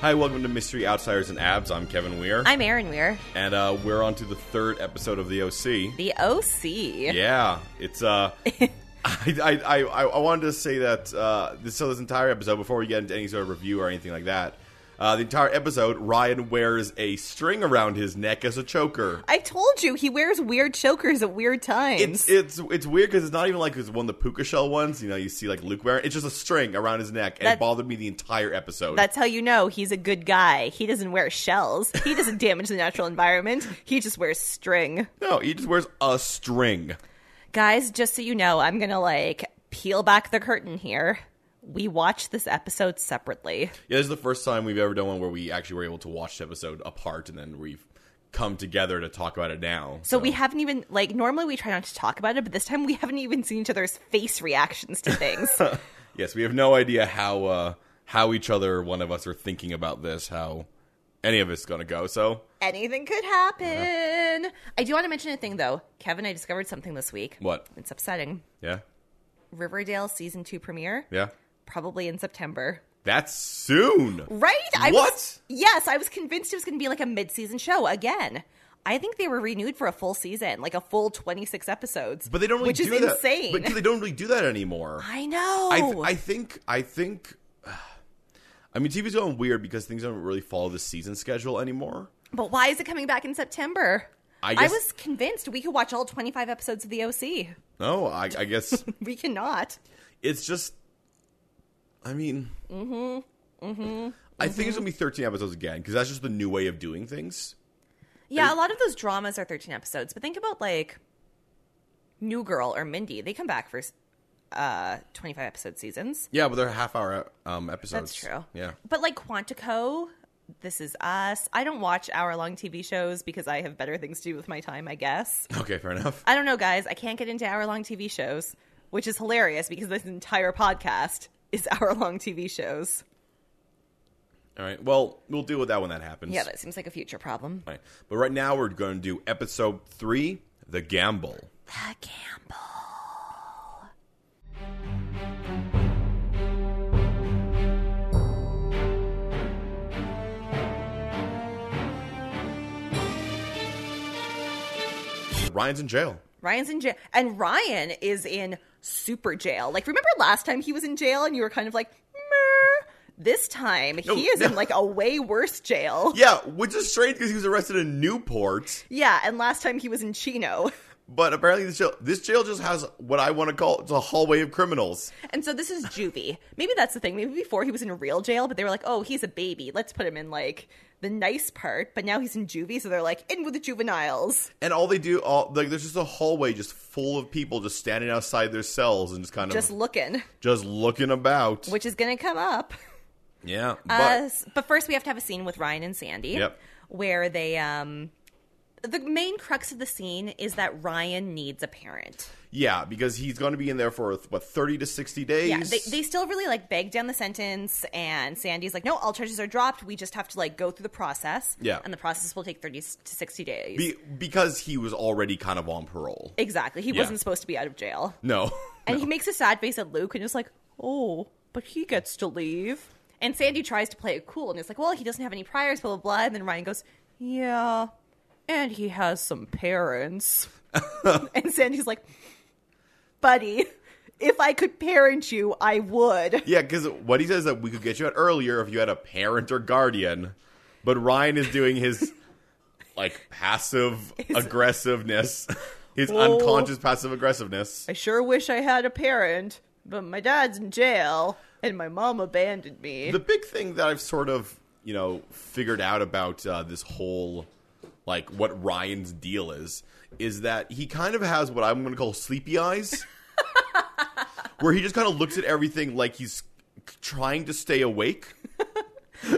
Hi, welcome to Mystery Outsiders and Abs. I'm Kevin Weir, I'm Aaron Weir, and uh, we're on to the third episode of the OC. the OC. Yeah, it's uh, I, I I I wanted to say that uh, this so this entire episode before we get into any sort of review or anything like that. Uh, the entire episode, Ryan wears a string around his neck as a choker. I told you he wears weird chokers at weird times. It's it's it's weird because it's not even like it's one of the puka shell ones. You know, you see like Luke wearing. It's just a string around his neck, and it That- bothered me the entire episode. That's how you know he's a good guy. He doesn't wear shells. He doesn't damage the natural environment. He just wears string. no, he just wears a string. Guys, just so you know, I'm going to like peel back the curtain here. We watched this episode separately. Yeah, this is the first time we've ever done one where we actually were able to watch the episode apart, and then we've come together to talk about it now. So we haven't even like normally we try not to talk about it, but this time we haven't even seen each other's face reactions to things. yes, we have no idea how uh, how each other, one of us, are thinking about this. How any of it's going to go. So Anything could happen. I do want to mention a thing though. Kevin, I discovered something this week. what? It's upsetting. Yeah, Riverdale season two premiere, yeah. probably in September. That's soon. Right? I What? Was, yes, I was convinced it was going to be like a mid-season show again. I think they were renewed for a full season, like a full 26 episodes. But they don't really which do is that. insane. But they don't really do that anymore. I know. I, th- I think I think I mean TV's going weird because things don't really follow the season schedule anymore. but why is it coming back in September? I guess- was convinced we could watch all 25 episodes of The OC. No, I, I guess We cannot. it's just. I mean, mm-hmm, mm-hmm, Mm-hmm. I think it's gonna be thirteen episodes again because that's just the new way of doing things. Yeah, a lot of those dramas are 13 episodes, but think about like New Girl or Mindy. They come back for uh 25 episode seasons. Yeah, but they're half hour um, episodes. That's true. Yeah, But like Quantico, This Is Us. I don't watch hour long TV shows because I have better things to do with my time, I guess. okay, fair enough. I don't know, guys. I can't get into hour long TV shows, which is hilarious because this entire podcast is hour long TV shows. All right, well, we'll deal with that when that happens. Yeah, that seems like a future problem. All right. But right now we're going to do episode three, the gamble. The Gamble. Ryan's in jail. Ryan's in jail. And Ryan is in super jail. Like, remember last time he was in jail and you were kind of like, Meh. this time he is in like a way worse jail. Yeah, which is strange because he was arrested in Newport. Yeah, and last time he was in Chino. But apparently, this jail, this jail just has what I want to call it's a hallway of criminals. And so this is juvie. Maybe that's the thing. Maybe before he was in a real jail, but they were like, oh, he's a baby. Let's put him in like the nice part. But now he's in juvie, so they're like, in with the juveniles. And all they do, all like, there's just a hallway just full of people just standing outside their cells and just kind of Just just, looking, looking about. which is going to come up. yeah, but Uh, s- but first, we have to have a scene with Ryan and Sandy Yep. where they. um the main crux of the scene is that Ryan needs a parent. yeah, because he's going to be in there for what thirty to sixty days. Yeah, they, they still really like beg down the sentence, and Sandy's like, "No, all charges are dropped. We just have to like go through the process. Yeah. and the process will take thirty s- to sixty days. Be- because he was already kind of on parole. exactly. He Yeah. wasn't supposed to be out of jail, No, and he makes a sad face at Luke, and is like, "Oh, but he gets to leave." And Sandy tries to play it cool, and it's like, "Well, he doesn't have any priors, blah blah blah." And then Ryan goes, "Yeah, and he has some parents." and Sandy's like, "Buddy." If I could parent you, I would. yeah, because what he says is that we could get you out earlier if you had a parent or guardian, but Ryan is doing his like passive aggressiveness, his Whoa. unconscious passive aggressiveness. I sure wish I had a parent, but my dad's in jail and my mom abandoned me. the big thing that I've sort of you know figured out about uh, this whole like what Ryan's deal is is that he kind of has what I'm going to call sleepy eyes, where he just kind of looks at everything like he's trying to stay awake.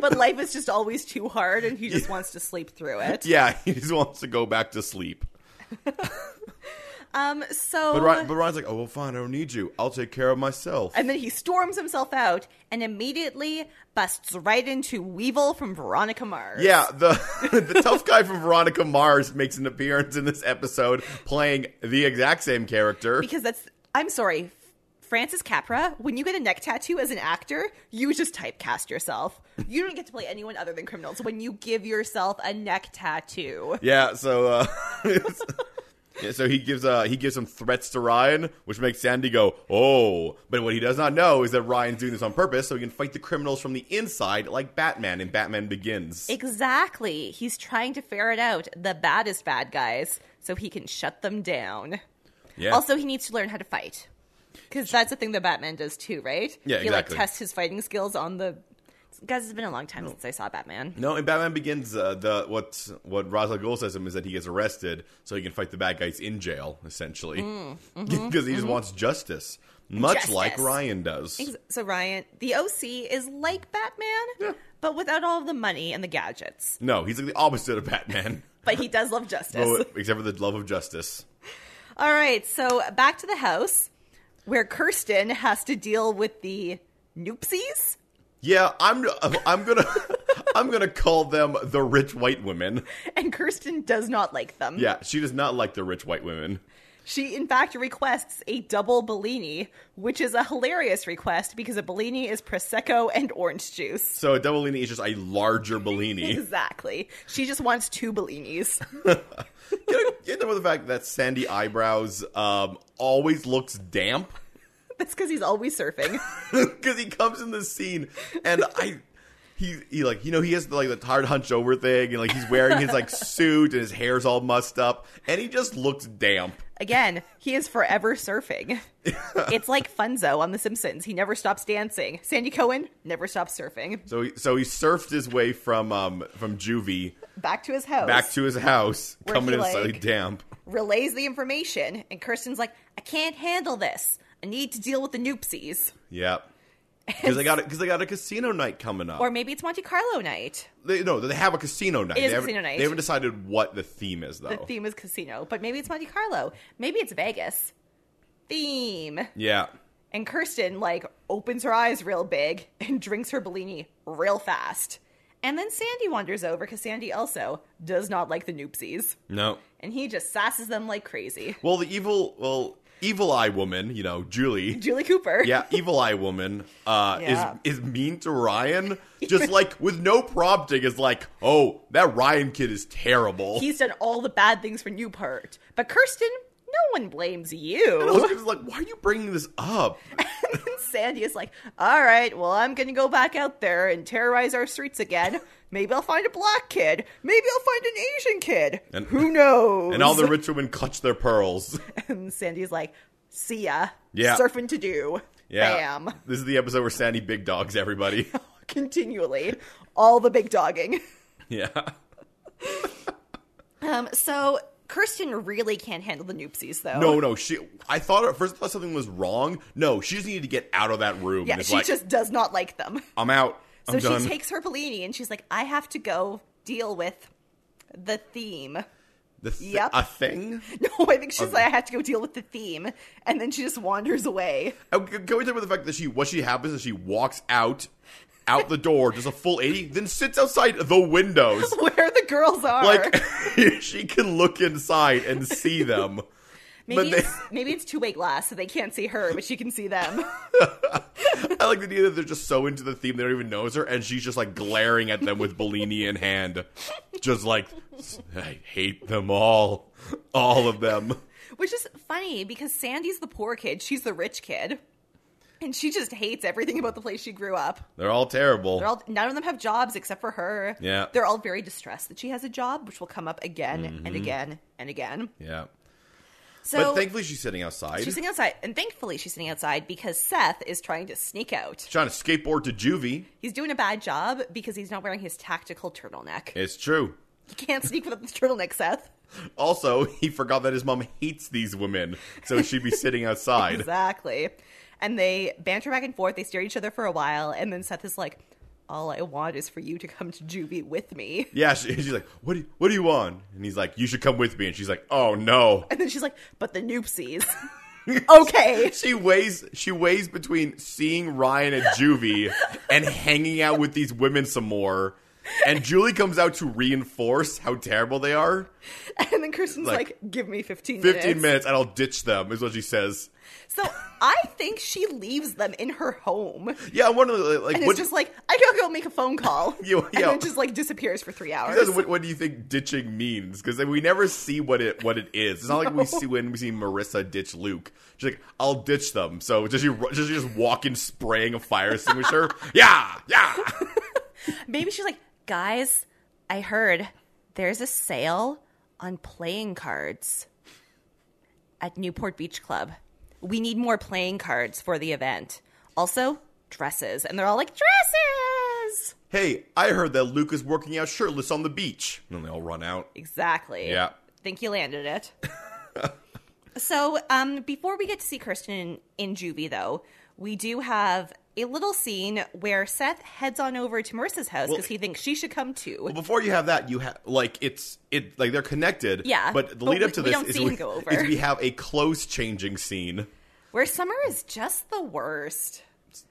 but life is just always too hard and he just wants to sleep through it. Yeah, he just wants to go back to sleep. Um so But, Ryan, but Ryan's like, oh well, fine, I don't need you. I'll take care of myself. and then he storms himself out and immediately busts right into Weevil from Veronica Mars. yeah, the the tough guy from Veronica Mars makes an appearance in this episode, playing the exact same character. Because that's I'm sorry, Francis Capra, when you get a neck tattoo as an actor, you just typecast yourself. You don't get to play anyone other than criminals when you give yourself a neck tattoo. Yeah, so uh, it's- yeah, so he gives uh he gives some threats to Ryan, which makes Sandy go, "Oh!" But what he does not know is that Ryan's doing this on purpose, so he can fight the criminals from the inside, like Batman in Batman Begins. Exactly. He's trying to ferret out the baddest bad guys so he can shut them down. yeah. Also, he needs to learn how to fight. Because that's the thing that Batman does too, right? Yeah, He like exactly. tests his fighting skills on the guys. It's been a long time since I saw Batman. no, in Batman Begins, uh, the what what Ra's al Ghul says to him is that he gets arrested so he can fight the bad guys in jail, essentially, because he just wants justice, much like Mm, mm-hmm, Justice. Ryan does. So Ryan, the OC is like Batman, Yeah. but without all of the money and the gadgets. No, he's like the opposite of Batman, But he does love justice. Oh, except for the love of justice. All right, so back to the house where Kirsten has to deal with the noopsies. Yeah, I'm I'm gonna I'm gonna call them the rich white women. and Kirsten does not like them. Yeah, she does not like the rich white women. She, in fact, requests a double Bellini, which is a hilarious request because a Bellini is Prosecco and orange juice. So a double Bellini is just a larger Bellini. Exactly. She just wants two Bellinis. you know the fact that Sandy eyebrows um, always looks damp That's because he's always surfing. because he comes in the scene and I. He, he like you know he has like the tired hunch over thing and like he's wearing his like suit and his hair's all mussed up and he just looks damp. Again, he is forever surfing. it's like Funzo on The Simpsons. He never stops dancing. Sandy Cohen never stops surfing. So he, so he surfed his way from um from juvie Back to his house. back to his house Where coming he, in slightly like- damp. relays the information, and Kirsten's like, I can't handle this. I need to deal with the noopsies. Yep. Because they got because they got a casino night coming up. Or maybe it's Monte Carlo night. they, no, they have a casino night. It is they haven't- casino night. They haven't decided what the theme is though. The theme is casino, but maybe it's Monte Carlo. Maybe it's Vegas. Theme. Yeah. And Kirsten, like, opens her eyes real big and drinks her Bellini real fast. And then Sandy wanders over because Sandy also does not like the noopsies. No. And he just sasses them like crazy. Well, the evil well evil eye woman, you know Julie. Julie Cooper. Yeah, evil eye woman uh, Yeah. is is mean to Ryan, just like with no prompting. Is like, oh, that Ryan kid is terrible. He's done all the bad things for Newport. But Kirsten, no one blames I was you. just like, why are you bringing this up? And Sandy is like, all right, well, I'm going to go back out there and terrorize our streets again. Maybe I'll find a black kid. Maybe I'll find an Asian kid. And- Who knows? And all the rich women clutch their pearls. And Sandy's like, see ya. Yeah. Surfing to do. Yeah, Bam. This is the episode where Sandy big dogs everybody. Continually. All the big dogging. yeah. Um, so Kirsten really can't handle the noopsies, though. No, no. She. I thought at first I thought something was wrong. No, she just needed to get out of that room. Yeah, and it's she like, just does not like them. I'm out. So I'm she done. takes her Bellini and she's like, I have to go deal with the theme. the thi- yep. a thing. No, I think she's like, I have to go deal with the theme. And then she just wanders away. Uh, c- Can we talk about the fact that she what she happens is she walks out, out the door, does a full eighty, then sits outside the windows, Where the girls are. like she can look inside and see them. maybe, but they- it's, maybe it's two way glass, so they can't see her, but she can see them. I like the idea that they're just so into the theme they don't even notice her, and she's just like glaring at them with Bellini in hand, just like I hate them all, all of them. Which is funny because Sandy's the poor kid, she's the rich kid. And she just hates everything about the place she grew up. They're all terrible. They're all none of them have jobs except for her. Yeah. They're all very distressed that she has a job, which will come up again and Mm-hmm. again and again. yeah. So but thankfully she's sitting outside. She's She's sitting outside, and thankfully she's sitting outside because Seth is trying to sneak out. trying to skateboard to juvie. He's doing a bad job because he's not wearing his tactical turtleneck. It's true. He can't sneak without the turtleneck, Seth. Also, he forgot that his mom hates these women, so she'd be sitting outside. Exactly. And they banter back and forth. They stare at each other for a while, and then Seth is like, "All I want is for you to come to juvie with me." Yeah, she, she's like, "What? Do you, what do you want?" And he's like, "You should come with me." And she's like, "Oh no." And then she's like, "But the noopsies." okay. She weighs she weighs between seeing Ryan at juvie and hanging out with these women some more. And Julie comes out to reinforce how terrible they are. And then Kirsten's like, Like, "Give me fifteen, 15 minutes and I'll ditch them, is what she says. So I think she leaves them in her home. Yeah, one of the like And what, it's just like, I gotta go make a phone call. Yeah, And yeah. then just like disappears for three It hours. says, what, what do you think ditching means? Because we never see what it what it is. It's not like we see when we see Marissa ditch Luke. She's like, "I'll ditch them." So does she ru- does she just walk in spraying a fire extinguisher? yeah, yeah. Maybe she's like, guys, I heard there's a sale on playing cards at Newport Beach Club. We need more playing cards for the event. Also, dresses. And they're all like, dresses! Hey, I heard that Luke is working out shirtless on the beach. And then they all run out. Exactly. Yeah. Think you landed it. so, um, before we get to see Kirsten in, in juvie, though, we do have a little scene where Seth heads on over to Marissa's house because Well- he thinks she should come too. But before you have that, you have like it's it like they're connected. Yeah, But the but lead we- up to we this don't is, see we, him go over. is we have a clothes changing scene. where Summer is just the worst.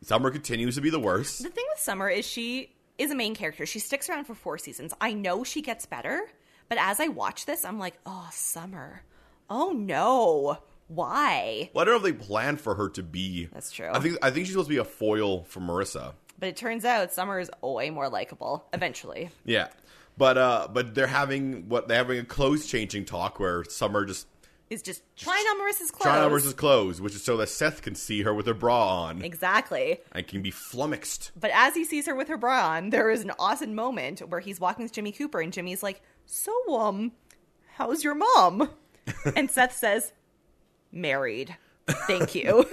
Summer continues to be the worst. The thing with Summer is she is a main character. She sticks around for four seasons. I know she gets better, but as I watch this, I'm like, oh, Summer. Oh, no. Why? Well, I don't know if they planned for her to be. That's true. I think I think she's supposed to be a foil for Marissa. But it turns out Summer is way more likable eventually. Yeah. But uh but they're having what they're having a clothes changing talk where Summer just is just trying on Marissa's clothes. trying on versus clothes, which is so that Seth can see her with her bra on Exactly. and can be flummoxed. But as he sees her with her bra on, there is an awesome moment where he's walking with Jimmy Cooper and Jimmy's like, So, um, how's your mom? and Seth says, Married. Thank you.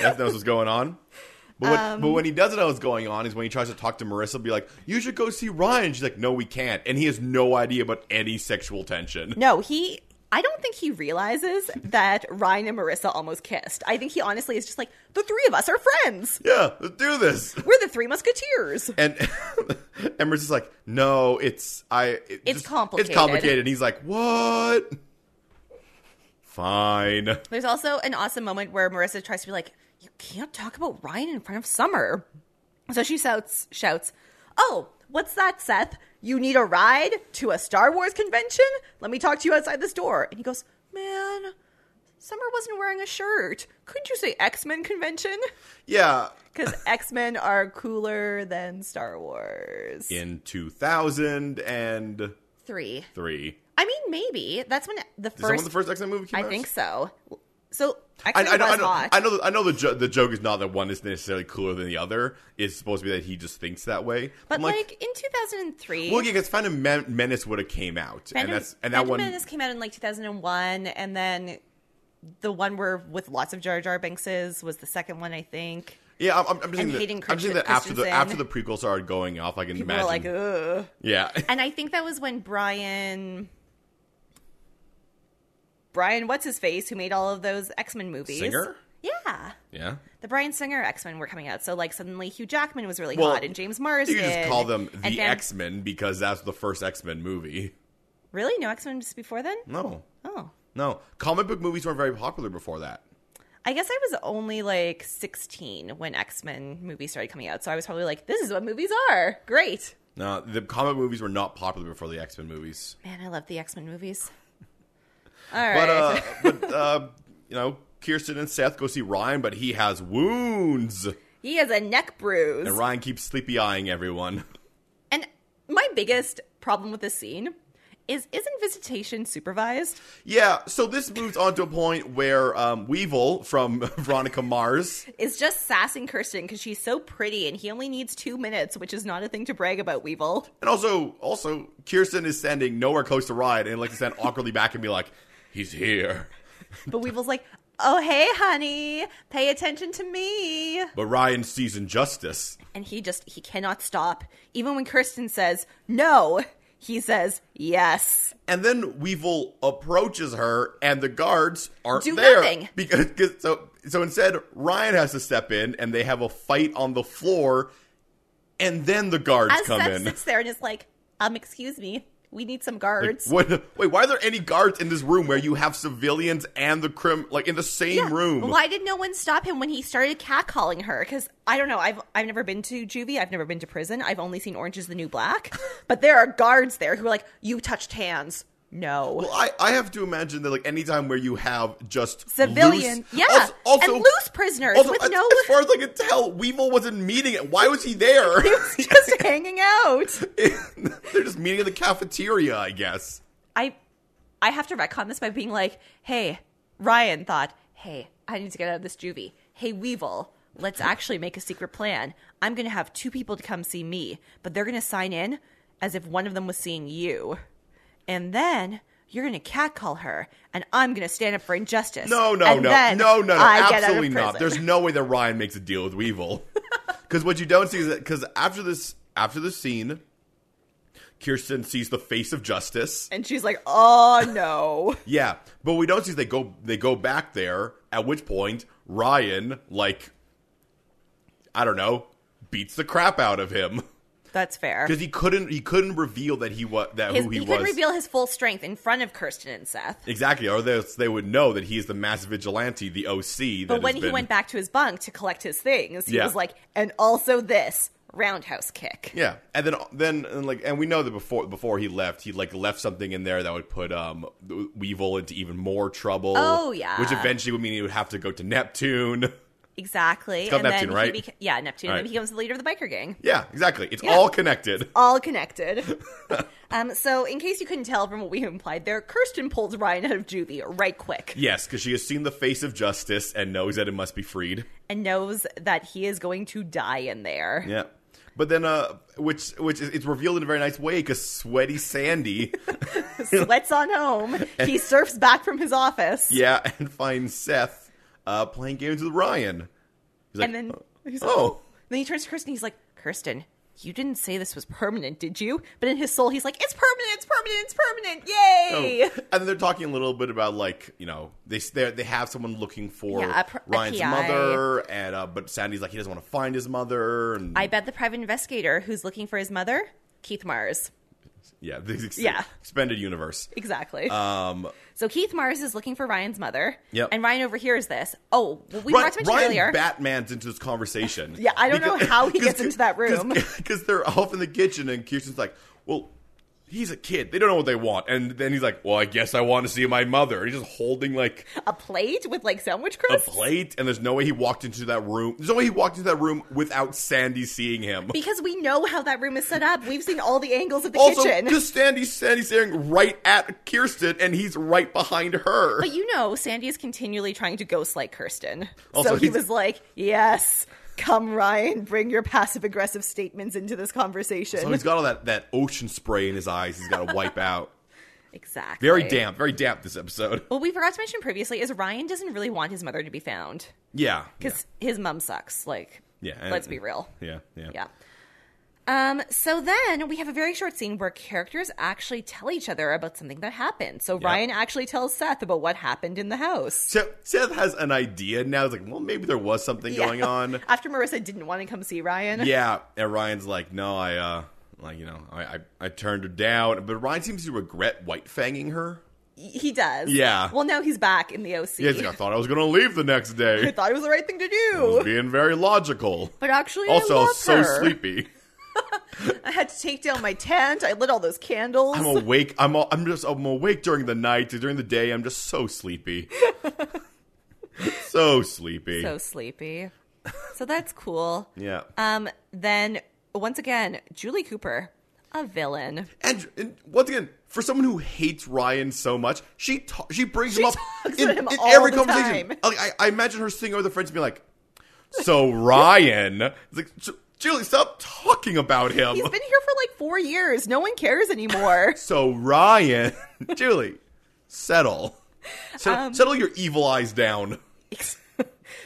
Seth knows what's going on. But when, Um, but when he doesn't know what's going on is when he tries to talk to Marissa, be like, "You should go see Ryan." She's like, "No, we can't," and he has no idea about any sexual tension. no, he. I don't think he realizes that Ryan and Marissa almost kissed. I think he honestly is just like, the three of us are friends. Yeah, let's do this. We're the three musketeers. And Ember's just like, "No, it's I. it It's just- complicated." It's complicated." And he's like, "What?" Fine. There's also an awesome moment where Marissa tries to be like, "You can't talk about Ryan in front of Summer," so she shouts, "Shouts! Oh, what's that, Seth? You need a ride to a Star Wars convention? Let me talk to you outside this door." And he goes, "Man, Summer wasn't wearing a shirt. Couldn't you say X Men convention? Yeah. Because X Men are cooler than Star Wars." In 2003. Three. I mean, maybe that's when the Is that when first. the first X Men movie came I out? think so. So X I, Men I, know, I, was know, hot. I know. The, I know the jo- the joke is not that one is necessarily cooler than the other. It's supposed to be that he just thinks that way. But I'm like, in 2003, well, yeah, because Phantom Men- Menace would have came out, and Phantom, that's and that Phantom one. Menace came out in like 2001, and then the one where with lots of Jar Jar Binkses was the second one, I think. Yeah, I'm, I'm just saying and that, Hayden I'm just saying that after the Christensen. after the prequel started going off, I can People imagine. were like, ugh. yeah, And I think that was when Brian. Brian, what's his face, who made all of those X Men movies? Singer? Yeah. yeah. The Brian Singer X Men were coming out. So, like, suddenly Hugh Jackman was really Well, hot, and James Marsden. You could just call them and the Van- X Men because that's the first X Men movie. Really? No X Men just before then? No, Oh. no, comic book movies weren't very popular before that. I guess I was only like 16 when X Men movies started coming out. So I was probably like, this is what movies are. Great. No, the comic movies were not popular before the X Men movies. Man, I love the X Men movies. All right. But uh, but uh, you know, Kirsten and Seth go see Ryan, but he has wounds, he has a neck bruise. and Ryan keeps sleepy eyeing everyone. and my biggest problem with this scene is isn't visitation supervised? yeah, so this moves on to a point where um, Weevil from Veronica Mars. Is just sassing Kirsten because she's so pretty and he only needs two minutes, which is not a thing to brag about, Weevil. And also, also Kirsten is standing nowhere close to Ryan, and like to stand awkwardly back and be like, "He's here." But Weevil's like, oh, hey, honey, pay attention to me. But Ryan sees injustice. and he just he cannot stop even when kirsten says no he says yes And then Weevil approaches her, and the guards aren't Do there nothing. because 'cause- so so instead Ryan has to step in, and they have a fight on the floor, and then the guards as come seth in. sits there and is like um excuse me we need some Like, guards what, wait, why are there any guards in this room where you have civilians and the crim like in the same Yeah, room? why did no one stop him when he started catcalling her because i don't know i've i've never been to juvie i've never been to prison i've only seen orange is the new black but there are guards there who are like you touched hands No. Well, I, I have to imagine that like anytime where you have just Civilian. loose- yeah. also, also- and loose prisoners also, with as, no. as far as I can tell, Weevil wasn't meeting it. Why was he there? just hanging out. They're just meeting in the cafeteria, I guess. I I have to retcon this by being like, hey, Ryan thought, hey, I need to get out of this juvie. Hey, Weevil, let's actually make a secret plan. I'm going to have two people to come see me, but they're going to sign in as if one of them was seeing you. And then you're going to catcall her, and I'm going to stand up for injustice. No, no, And no, then no, no, no, I get out of absolutely not. prison." There's no way that Ryan makes a deal with Weevil. Because what you don't see is that because after this after this scene, Kirsten sees the face of justice. and she's like, oh, no. Yeah, but what we don't see is they go they go back there. At which point, Ryan like I don't know beats the crap out of him That's fair. because he couldn't he couldn't reveal that he was that His, who he, he, was. couldn't reveal his full strength in front of Kirsten and Seth. Exactly, or they, they would know that he is the mass vigilante, the OC. That But when has he been- went back to his bunk to collect his things, he Yeah. was like, and also this roundhouse kick. yeah, and then then and like, and we know that before before he left, he like left something in there that would put um Weevil into even more trouble. Oh, yeah. which eventually would mean he would have to go to Neptune. Exactly. called and Neptune, then right? He beca- yeah, Neptune. All And right. he becomes the leader of the biker gang. Yeah, exactly. It's Yeah. all connected. All connected. um, so, in case you couldn't tell from what we implied there, Kirsten pulls Ryan out of juvie right quick Yes, because she has seen the face of justice and knows that it must be freed. and knows that he is going to die in there. Yeah. But then, uh, which which is, it's revealed in a very nice way because sweaty Sandy, Sweats on home. he surfs back from his office. yeah, and finds Seth uh, playing games with Ryan. He's like, And then he's like, oh, oh. Then he turns to Kirsten. He's like, Kirsten, you didn't say this was permanent, did you? But in his soul, he's like, it's permanent, it's permanent, it's permanent, yay! Oh. And then they're talking a little bit about like you know they they they have someone looking for Yeah, a pr- a Ryan's PI. mother, and uh, but Sandy's like he doesn't want to find his mother, and I bet the private investigator who's looking for his mother, Keith Mars. yeah, the ex- Yeah. expanded universe. Exactly. Um, so Keith Mars is looking for Ryan's mother. Yep. And Ryan overhears this. Oh, well, we Ryan, talked about Ryan it earlier. Batman's into this conversation. Yeah, I don't know how he gets into that room. because they're off in the kitchen, and Kirsten's like, well. He's a kid. They don't know what they want. And then he's like, "Well, I guess I want to see my mother." He's just holding like a plate with like sandwich a crusts. plate, and there's no way he walked into that room. There's no way he walked into that room without Sandy seeing him. Because we know how that room is set up. We've seen all the angles of the Also, kitchen. because Sandy's, Sandy's staring right at Kirsten, and he's right behind her. But you know, Sandy is continually trying to ghost like Kirsten. Also, so he he's- was like, Yes, come, Ryan, bring your passive aggressive statements into this conversation. so he's got all that, that ocean spray in his eyes. He's got to wipe out. exactly. Very damp, very damp this episode. What we forgot to mention previously is Ryan doesn't really want his mother to be found Yeah, because his mum sucks. Like, Yeah, and- let's be real. yeah, yeah, Yeah. Um, so then we have a very short scene where characters actually tell each other about something that happened. So Ryan actually tells Seth about what happened in the house. So Seth has an idea now. He's like, well, maybe there was something going Yeah. on. After Marissa didn't want to come see Ryan. Yeah, and Ryan's like, no, I, uh, like you know, I, I, I turned her down. But Ryan seems to regret white fanging her. He does. Yeah. Well, now he's back in the OC. Yeah, he's like, I thought I was going to leave the next I day. thought it was the right thing to I was do. being very logical. But actually, Also, I I love was so her. sleepy. I had to take down my tent. I lit all those candles. I'm awake. I'm all, I'm just I'm awake during the night. During the day, I'm just so sleepy. so sleepy. so sleepy. So that's cool. yeah. Um. Then once again, Julie Cooper, a villain. And, and once again, for someone who hates Ryan so much, she ta- she brings him up talks in, about him in all every the conversation. time. Like I, I imagine her sitting over the friends and be like, "So Ryan, it's like "Ju- Julie, stop talking about him." He's been here for like four years. No one cares anymore. so Ryan, Julie, settle, Set- Um, settle your evil eyes down.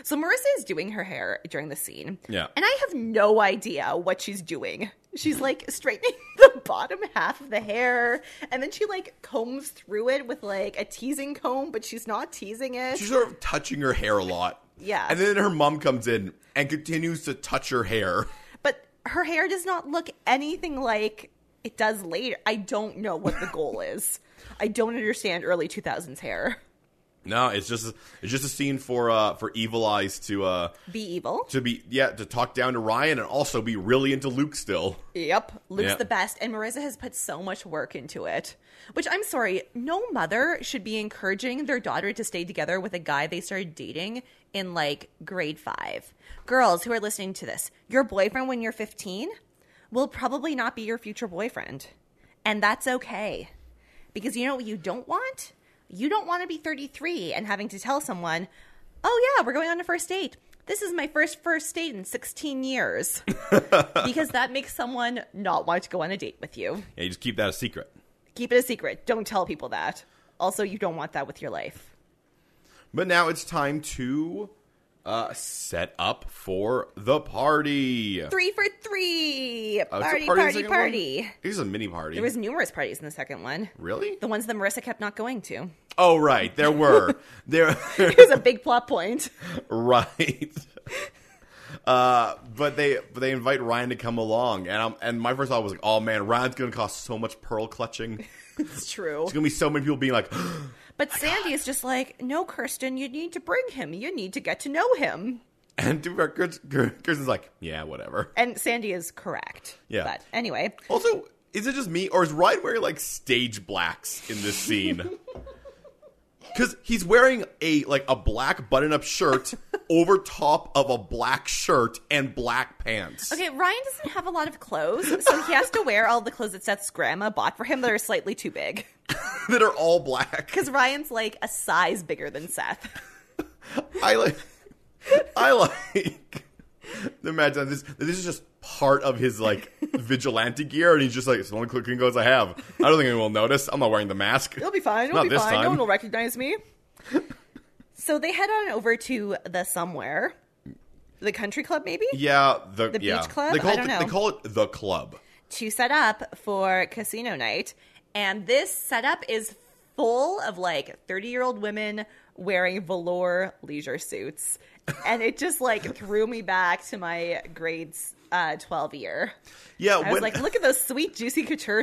so Marissa is doing her hair during the scene. Yeah. And I have no idea what she's doing. She's like straightening the bottom half of the hair and then she like combs through it with like a teasing comb, but she's not teasing it. She's sort of touching her hair a lot. Yeah. And then her mom comes in and continues to touch her hair. But her hair does not look anything like it does later. I don't know what the goal is. I don't understand early 2000s hair. No, it's just it's just a scene for uh for Evil Eyes to uh Be evil. to be yeah to talk down to Ryan and also be really into Luke still. Yep, Luke's Yeah. the best, and Marissa has put so much work into it. Which I'm sorry, no mother should be encouraging their daughter to stay together with a guy they started dating in like grade five. Girls who are listening to this, your boyfriend when you're 15 will probably not be your future boyfriend, and that's okay. Because you know what you don't want? You don't want to be 33 and having to tell someone, oh, yeah, we're going on a first date. This is my first first date in 16 years. because that makes someone not want to go on a date with you. Yeah, you just keep that a secret. Keep it a secret. Don't tell people that. Also, you don't want that with your life. But now it's time to uh set up for the party. Three for three. Oh, is there Party, a party in the party, second party. one? This is a mini party. There was numerous parties in the second one. really? The ones that Marissa kept not going to. Oh right, there were there It was a big plot point. right. Uh, but they but they invite Ryan to come along, and I'm, and my first thought was like, oh man, Ryan's gonna cause so much pearl clutching. There's It's true. gonna be so many people being like, But Sandy is just like, no, Kirsten, you need to bring him. You need to get to know him. and Kirsten's like, yeah, whatever. And Sandy is correct. Yeah. But anyway, Also, is it just me or is Ryan wearing like stage blacks in this scene? Because he's wearing a like a black button-up shirt over top of a black shirt and black pants. okay, Ryan doesn't have a lot of clothes, so he has to wear all the clothes that Seth's grandma bought for him that are slightly too big. that are all black. Because Ryan's like a size bigger than Seth. I like. I like. Imagine this. This is just part of his like vigilante gear, and he's just like, "It's the only clicking goes I have. I don't think anyone will notice. I'm not wearing the mask." It'll be fine. It'll Not be this fine. time. No one will recognize me. so they head on over to the somewhere, the country club, maybe, Yeah, the, The beach yeah. club? They call I it don't the- know. They call it the club. to set up for casino night. And this setup is full of like 30 year old women wearing velour leisure suits. And it just like threw me back to my grades uh, 12 year. Yeah, I was when, like, look at those sweet, juicy couture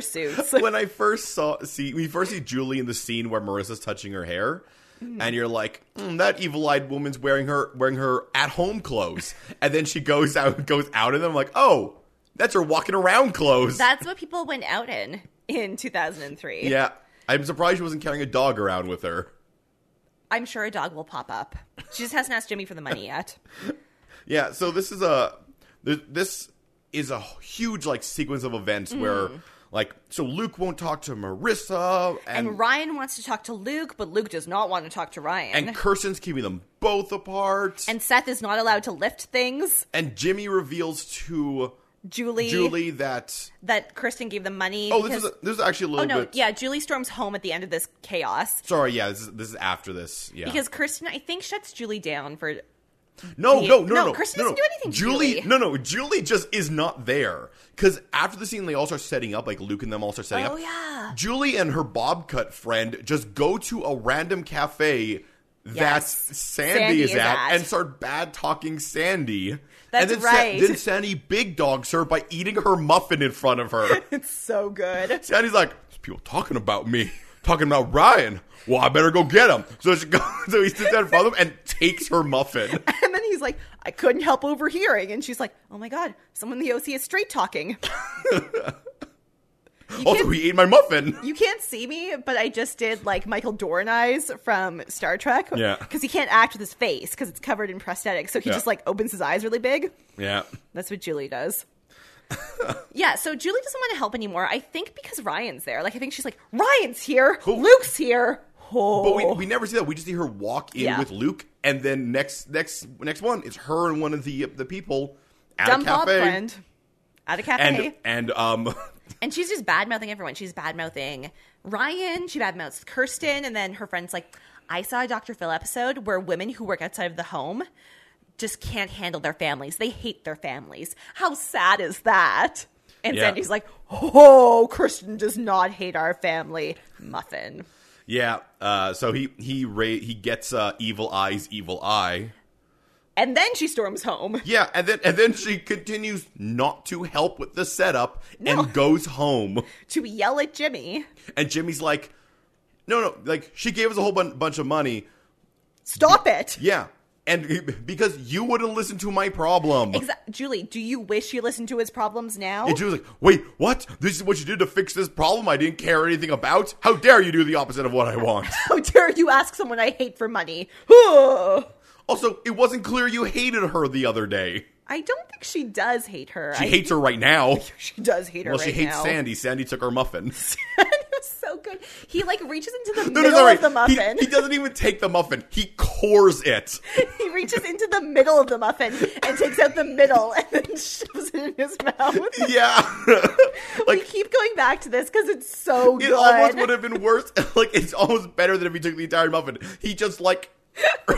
suits. when I first saw see we first see Julie in the scene where Marissa's touching her hair, Mm-hmm. and you're like, "Mm, that evil-eyed woman's wearing her wearing her at-home clothes, and then she goes out goes out, and I'm like, oh, that's her walking around clothes. That's what people went out in in 2003. Yeah. I'm surprised she wasn't carrying a dog around with her. I'm sure a dog will pop up. She just hasn't asked Jimmy for the money yet. Yeah, so this is a th- this is a huge like sequence of events Mm-hmm. where like so Luke won't talk to Marissa and And Ryan wants to talk to Luke, but Luke does not want to talk to Ryan. and Kirsten's keeping them both apart. And, And Seth is not allowed to lift things. Jimmy reveals to Julie, Julie that that Kristen gave them money. oh because- this is a, this is actually a oh little no, bit yeah. Julie storms home at the end of this chaos sorry yeah this is, this is after this yeah because Kristen, I think, shuts Julie down for No, Yeah. no, no, No, no. Kristen no, doesn't no. do anything to Julie, Julie. no, no. Julie just is not there because after the scene, they all start setting up. Like Luke and them all start setting Oh, up. yeah. Julie and her bob cut friend just go to a random cafe that Yes. Sandy, Sandy is, is at, at. and start bad talking Sandy. That's and then Sa- right. then Sandy big dogs her by eating her muffin in front of her. it's so good. Sandy's like, "There's people talking about me, talking about Ryan. Well, I better go get him. So she goes, so he sits down in front of him and takes her muffin. And then he's like, I couldn't help overhearing. And she's like, Oh my God, someone in the OC is straight talking. You Also, can't- he ate my muffin. You can't see me, but I just did like Michael Dorn eyes from Star Trek. Yeah. Because he can't act with his face because it's covered in prosthetics. So he Yeah. just like opens his eyes really big. Yeah. That's what Julie does. yeah, so Julie doesn't want to help anymore. I think because Ryan's there. Like, I think she's like, Ryan's here. Luke's here. Oh. But we, we never see that. We just see her walk in Yeah. with Luke, and then next next next one, it's her and one of the the people at Dumb a Bob cafe, friend at a and cafe. and um, And she's just bad mouthing everyone. She's bad mouthing Ryan. She bad mouths Kirsten. And then her friend's like, I saw a Dr. Phil episode where women who work outside of the home just can't handle their families. They hate their families. How sad is that? And Yeah. Sandy's like, Oh, Kirsten does not hate our family. Muffin. yeah. Uh, so he he ra- he gets uh, evil eyes, evil eye. And then she storms home. Yeah, and then and then she continues not to help with the setup No. and goes home. to yell at Jimmy. And Jimmy's like, no, no, like she gave us a whole bun- bunch of money. Stop it. Yeah. And because you wouldn't listen to my problem. Exa- Julie, do you wish you listened to his problems now? And she was like, wait, what? This is what you did to fix this problem I didn't care anything about? How dare you do the opposite of what I want? How dare you ask someone I hate for money? I also, it wasn't clear you hated her the other day. don't think she does hate her. She I hates her right now. She does hate her Well, right she hates now. Sandy. Sandy took her muffin. it was so good. He like reaches into the No, no, middle no, right. of the He- muffin. He, doesn't even take the muffin. He cores it. he reaches into the middle of the muffin and takes out the middle and then shoves it in his mouth. Yeah. we keep going back to this because it's so It good. almost would have been worse. like it's almost better than if he took the entire muffin. He just like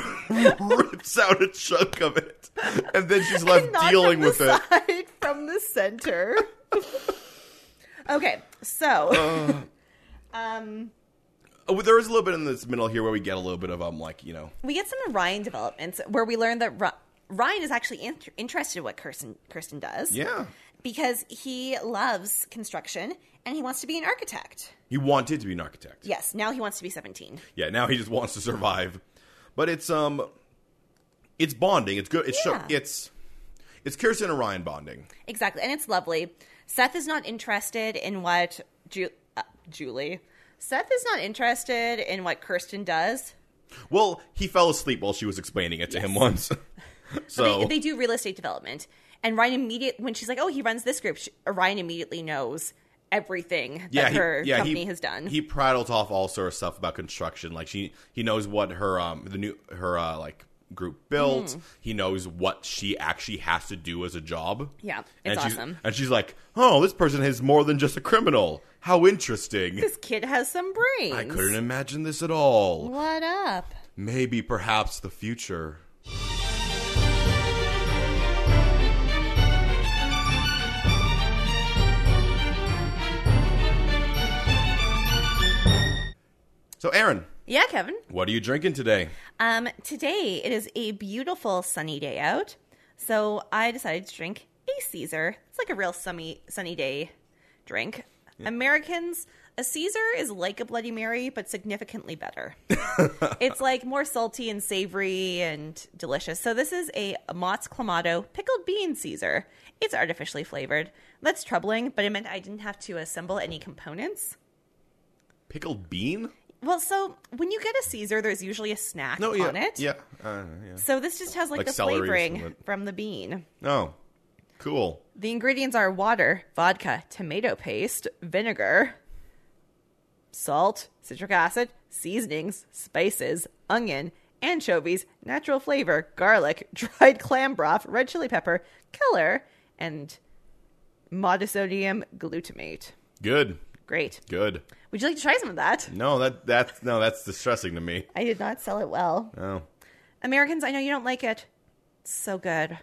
rips out a chunk of it, and then she's left Not dealing from the with it. side, from the center. okay, so Uh. um, Oh, there is a little bit in this middle here where we get a little bit of um, like you know, we get some Ryan developments where we learn that Ri- Ryan is actually inter- interested in what Kirsten Kirsten does. yeah. because he loves construction and he wants to be an architect. He wanted to be an architect. Yes, now he wants to be seventeen. Yeah, now he just wants to survive. But it's um, it's bonding. It's good. It's Yeah. it's it's Kirsten and Ryan bonding. Exactly, and it's lovely. Seth is not interested in what Ju- uh, Julie. Seth is not interested in what Kirsten does. Well, he fell asleep while she was explaining it to him once. so They, they do real estate development, and Ryan immediate when she's like, "Oh, he runs this group," she, Ryan immediately knows everything that yeah, he- her yeah, company he, has done. He prattled off all sort of stuff about construction. Like she, he knows what her um the new her uh, like group built. Mm. He knows what she actually has to do as a job. Yeah, it's and she's- awesome. And she's like, oh, this person is more than just a criminal. How interesting. this kid has some brains. I couldn't imagine this at all. What up? Maybe, perhaps, the future. So, Aaron, Yeah, Kevin. what are you drinking today? Um, today it is a beautiful sunny day out, so I decided to drink a Caesar. It's like a real sunny sunny day drink. Americans, a Caesar is like a Bloody Mary, but significantly better. it's like more salty and savory and delicious. So this is a Mott's Clamato pickled bean Caesar. It's artificially flavored. That's troubling, but it meant I didn't have to assemble any components. Pickled bean? Well, so when you get a Caesar, there's usually a snack No, yeah, on it. yeah, uh, yeah. So this just has like, Like the celery or flavoring something. from the bean. Oh, cool. The ingredients are water, vodka, tomato paste, vinegar, salt, citric acid, seasonings, spices, onion, anchovies, natural flavor, garlic, dried clam broth, red chili pepper, color, and monosodium glutamate. Good, Great. good. Would you like to try some of that? No, that that's no, that's distressing to me. I did not sell it well. Oh. Americans, I know you don't like it. It's so good.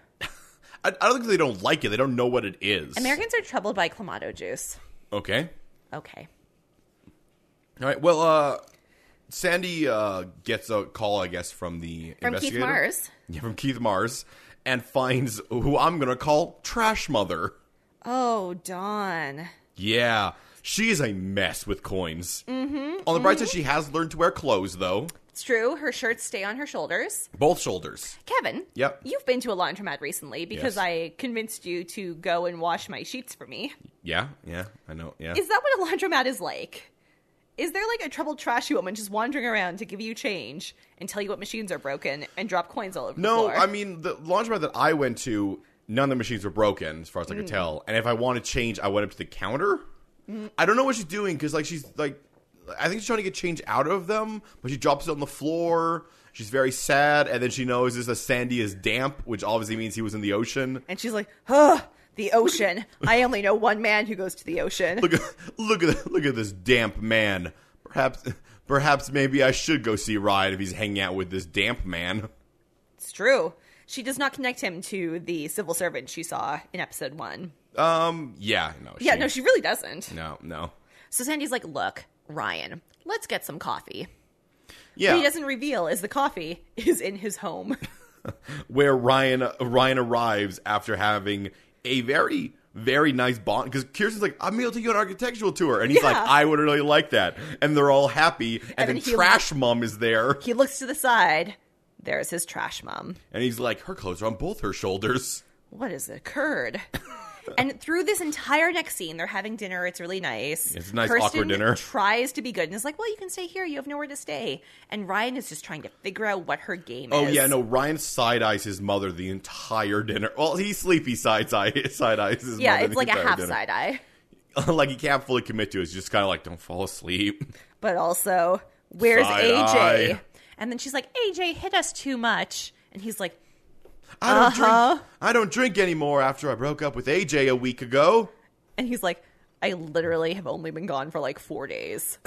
I, I don't think they don't like it. They don't know what it is. Americans are troubled by clamato juice. Okay. Okay. All right. Well, uh, Sandy uh, gets a call, I guess, from the From Keith investigator. Mars. Yeah, from Keith Mars, and finds who I'm gonna call Trash Mother. Oh, Dawn. Yeah, she is a mess with coins. Mm-hmm, on the bright side, she has learned to wear clothes, though. It's true. Her shirts stay on her shoulders. Both shoulders. Kevin. Yep. You've been to a laundromat recently because Yes. I convinced you to go and wash my sheets for me. Yeah, yeah, I know. Yeah, Is that what a laundromat is like? Is there like a troubled trashy woman just wandering around to give you change and tell you what machines are broken and drop coins all over the no. floor? I mean, the laundromat that I went to, none of the machines were broken, as far as I Mm. could tell. And if I want to change, I went up to the counter. I don't know what she's doing because, like, she's like, I think she's trying to get change out of them, but she drops it on the floor. She's very sad, and then she knows is that Sandy is damp, which obviously means he was in the ocean. and she's like, "Ugh, the ocean. I only know one man who goes to the ocean." Look, at look at look at this damp man. Perhaps, perhaps maybe I should go see Ryan if he's hanging out with this damp man. It's true. She does not connect him to the civil servant she saw in episode 1. Um, yeah, no, Yeah, no, she really doesn't. no, no, So Sandy's like, "Look, Ryan, let's get some coffee." yeah. What he doesn't reveal is the coffee is in his home. where Ryan Ryan arrives after having a very very nice bond because Kirsten's like I'm going to take you on an architectural tour and he's like Yeah. I would really like that and they're all happy and, then then he- Trash Mom is there he looks to the side There's his trash mom. And he's like, her clothes are on both her shoulders. What has occurred? and through this entire next scene, they're having dinner. It's really nice. It's a nice, awkward dinner. Tries to be good and is like, "Well, you can stay here. You have nowhere to stay." And Ryan is just trying to figure out what her game Oh is. yeah, no. Ryan side eyes his mother the entire dinner. Well, he's sleepy side side side eyes his Yeah, mother. it's the like a entire half dinner. side eye, like he can't fully commit to. it. It's just kind of like don't fall asleep. but also, "Where's Side AJ?" eye. And then she's like, "AJ hit us too much," and he's like, I don't Uh-huh. drink. I don't drink anymore after I broke up with AJ a week ago. And he's like, I literally have only been gone for like four days.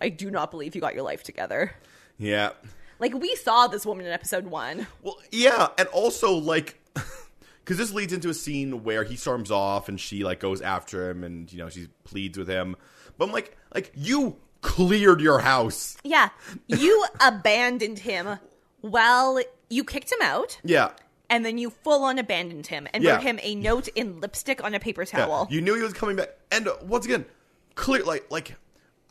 I do not believe you got your life together. Yeah. Like, we saw this woman in episode one. Well, yeah, and also like because this leads into a scene where he storms off and she like goes after him and you know she pleads with him. But I'm like, like you cleared your house. Yeah. You abandoned him while you kicked him out, Yeah. and then you full on abandoned him and Yeah. wrote him a note in lipstick on a paper Yeah, towel. You knew he was coming back, and uh, once again, clear like like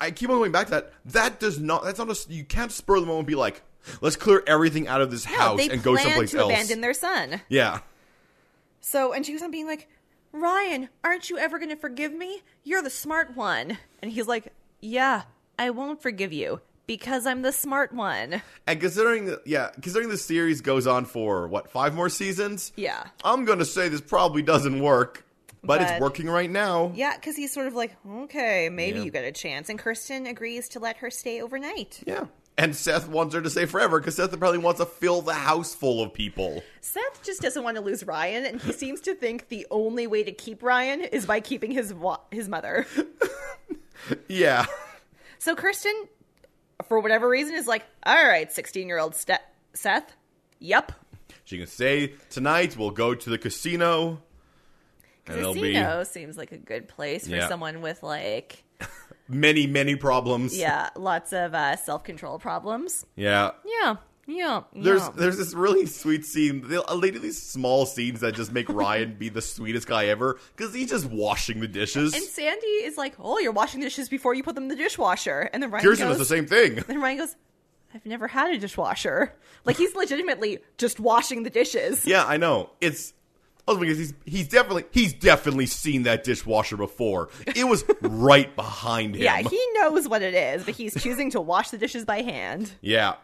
I keep on going back to that. That does not. That's not. A, s- you can't spur the moment and be like, let's clear everything out of this No, house they and go planned someplace to else. abandon their son. yeah. So, and she was on being like, Ryan, aren't you ever going to forgive me? You're the smart one. And he's like, Yeah, I won't forgive you because I'm the smart one. And considering, the- yeah, considering the series goes on for what five more seasons, Yeah. I'm gonna say this probably doesn't work, but, But- it's working right now. Yeah, because he's sort of like, okay, maybe Yeah. you get a chance. And Kirsten agrees to let her stay overnight. Yeah. And Seth wants her to stay forever because Seth probably wants to fill the house full of people. Seth just doesn't want to lose Ryan, and he seems to think the only way to keep Ryan is by keeping his wa- his mother. Yeah. So Kirsten, for whatever reason, is like, all right, sixteen year old Ste- Seth. Yep. She can say tonight we'll go to the casino. And it'll be Casino seems like a good place for Yeah. someone with like many, many problems. yeah, lots of uh, self control problems. Yeah. Yeah, yeah. There's yeah. there's this really sweet scene. They, they do these small scenes that just make Ryan be the sweetest guy ever because he's just washing the dishes. and Sandy is like, "Oh, you're washing dishes before you put them in the dishwasher," and then Ryan Kirsten goes, does the same thing. Then Ryan goes, I've never had a dishwasher. Like he's legitimately just washing the dishes. Yeah, I know. It's also because he's he's definitely he's definitely seen that dishwasher before. It was right behind him. Yeah, he knows what it is, but he's choosing to wash the dishes by hand. Yeah.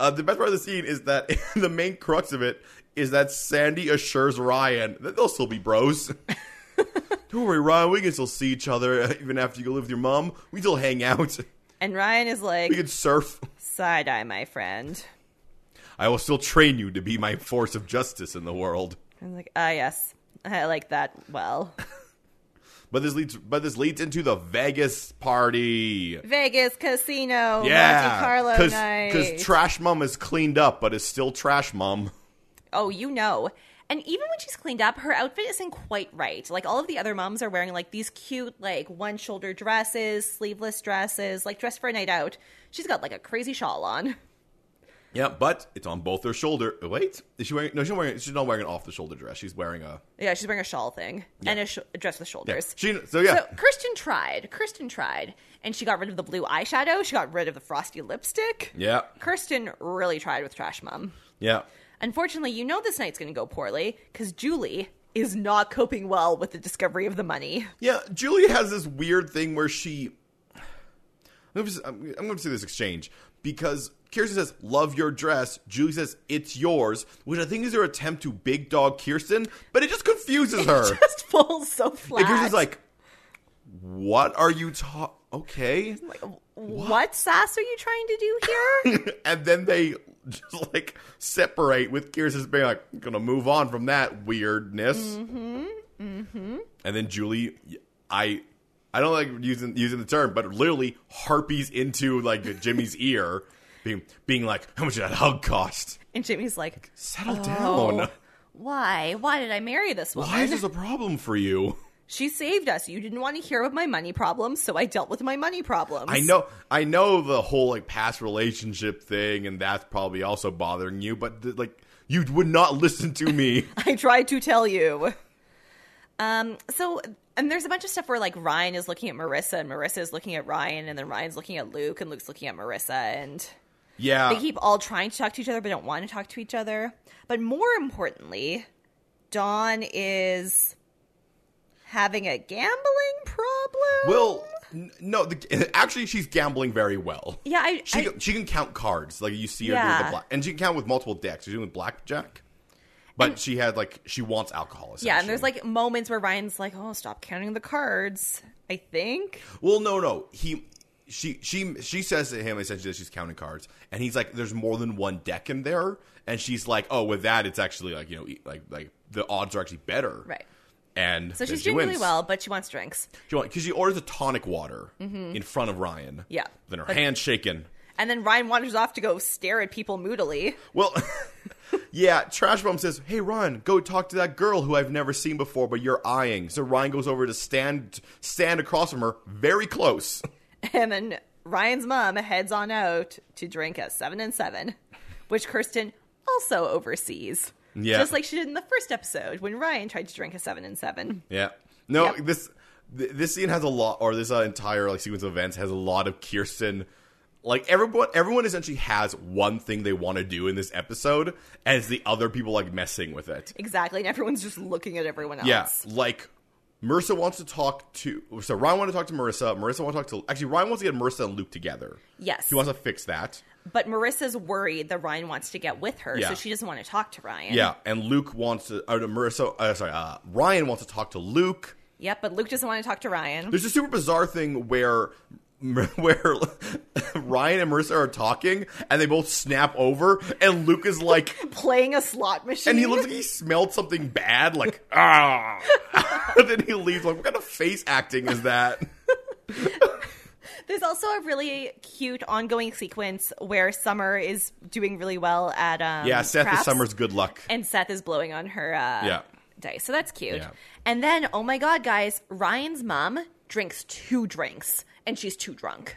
Uh, the best part of the scene is that the main crux of it is that Sandy assures Ryan that they'll still be bros. Don't worry, Ryan. We can still see each other uh, even after you go live with your mom. We still hang out. And Ryan is We like, can surf. side eye, my friend. I will still train you to be my force of justice in the world. I'm like, ah, yes, I like that. Well, But this leads. But this leads into the Vegas party. Vegas casino, Monte Carlo Yeah, night. because trash mom is cleaned up, but is still trash mom. oh, you know. And even when she's cleaned up, her outfit isn't quite right. Like all of the other moms are wearing like these cute, like one shoulder dresses, sleeveless dresses, like dressed for a night out. She's got like a crazy shawl on. Yeah, but it's on both her shoulder. Wait, is she wearing? No, she's not wearing. She's not wearing an off the shoulder dress. She's wearing a. Yeah, she's wearing a shawl thing and a, sh- a dress with yeah, shoulders. She. So yeah. So Kirsten tried. Kirsten tried, and she got rid of the blue eyeshadow. She got rid of the frosty lipstick. yeah. Kirsten really tried with Trash Mom. Yeah. Unfortunately, you know this night's going to go poorly because Julie is not coping well with the discovery of the money. Yeah. Julie has this weird thing where she. I'm going I'm, I'm to say this exchange because Kirsten says, "Love your dress." Julie says, "It's yours," which I think is her attempt to big dog Kirsten, but it just confuses her. It just falls so flat. And Kirsten's like, "What are you talking?" Okay. Like, what sass are you trying to do here? and then they just like separate with Kirsten's being like, gonna move on from that weirdness. Mm-hmm. Mm-hmm. And then Julie, I, I don't like using using the term, but literally harpies into like Jimmy's ear, being being like, how much did that hug cost? and Jimmy's like, Settle oh, down. why? Why did I marry this woman? Why is this a problem for you? She saved us. You didn't want to hear about my money problems, so I dealt with my money problems. I know, I know the whole like past relationship thing, and that's probably also bothering you. But th- like, you would not listen to me. I tried to tell you. Um, so and there's a bunch of stuff where like Ryan is looking at Marissa and Marissa is looking at Ryan and then Ryan's looking at Luke and Luke's looking at Marissa and Yeah. They keep all trying to talk to each other but don't want to talk to each other. But more importantly, Dawn is having a gambling problem. Well, n- no, the, actually, she's gambling very well. yeah, I, She, I- can- she can count cards like you see her doing Yeah. the black, and she can count with multiple decks. She's doing with blackjack, but she had like she wants alcohol. yeah, and there's essentially. like moments where Ryan's like, "Oh, stop counting the cards." I think. well, no, no, he. She she she says to him essentially that she's counting cards, and he's like, "There's more than one deck in there," and she's like, "Oh, with that, it's actually like you know e- like like the odds are actually better." Right. And So then she's she doing wins. really well, but she wants drinks. because she orders a tonic water in front of Ryan. Mm-hmm. Yeah. Then her But- hand shaken. And then Ryan wanders off to go stare at people moodily. Well, yeah, Trash Bomb says, Hey, Ryan, go talk to that girl who I've never seen before, but you're eyeing. So Ryan goes over to stand stand across from her, very close. And then Ryan's mom heads on out to drink at seven and seven, which Kirsten also oversees. Yeah. Just like she did in the first episode when Ryan tried to drink a seven and seven. Yeah. No, Yep. this th- this scene has a lot, or this uh, entire like sequence of events has a lot of Kirsten. Like everyone, everyone essentially has one thing they want to do in this episode, and it's the other people like messing with it. Exactly. And everyone's just looking at everyone else. Yeah, like Marissa wants to talk to. So Ryan wants to talk to Marissa. Marissa wants to talk to. Actually, Ryan wants to get Marissa and Luke together. Yes. He wants to fix that. But Marissa's worried that Ryan wants to get with her, Yeah. so she doesn't want to talk to Ryan. Yeah, and Luke wants to. Uh, Marissa, uh, sorry, uh, Ryan wants to talk to Luke. Yep, but Luke doesn't want to talk to Ryan. There's a super bizarre thing where where Ryan and Marissa are talking, and they both snap over, and Luke is like, Playing a slot machine. and he looks like he smelled something bad, like ah. and then he leaves. Like, what kind of face acting is that? Um, There's also a really cute ongoing sequence where Summer is doing really well at um Yeah, Seth is crafts, Summer's good luck. and Seth is blowing on her uh Yeah. dice. So that's cute. Yeah. And then oh my god, guys, Ryan's mom drinks two drinks and she's too drunk.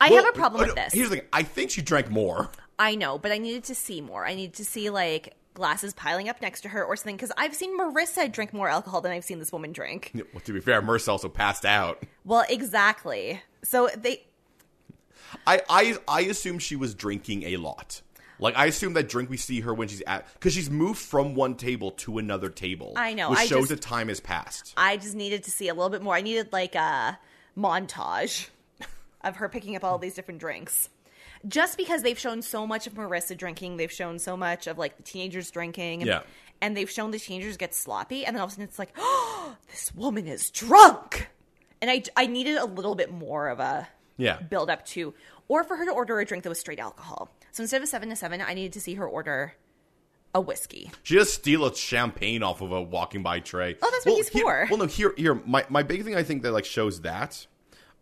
I Well, have a problem uh, with this. Here's the thing: I think she drank more. I know, but I needed to see more. I needed to see like glasses piling up next to her or something because I've seen Marissa drink more alcohol than I've seen this woman drink. Well, to be fair, Merce also passed out. Well, exactly. So they I, I I assume she was drinking a lot. Like I assume that drink we see her when she's at because she's moved from one table to another table. I know, which I shows just- that time has passed. I just needed to see a little bit more. I needed like a montage of her picking up all these different drinks. Just because they've shown so much of Marissa drinking, they've shown so much of like the teenagers drinking. Yeah. And they've shown the teenagers get sloppy. And then all of a sudden it's like, oh, this woman is drunk. And I, I needed a little bit more of a Yeah. build up to, or for her to order a drink that was straight alcohol. So instead of a seven to seven, I needed to see her order a whiskey. She just steal a champagne off of a walking by tray. Oh, that's what well, he's here- for. Well, no, here, here, my, my big thing I think that like shows that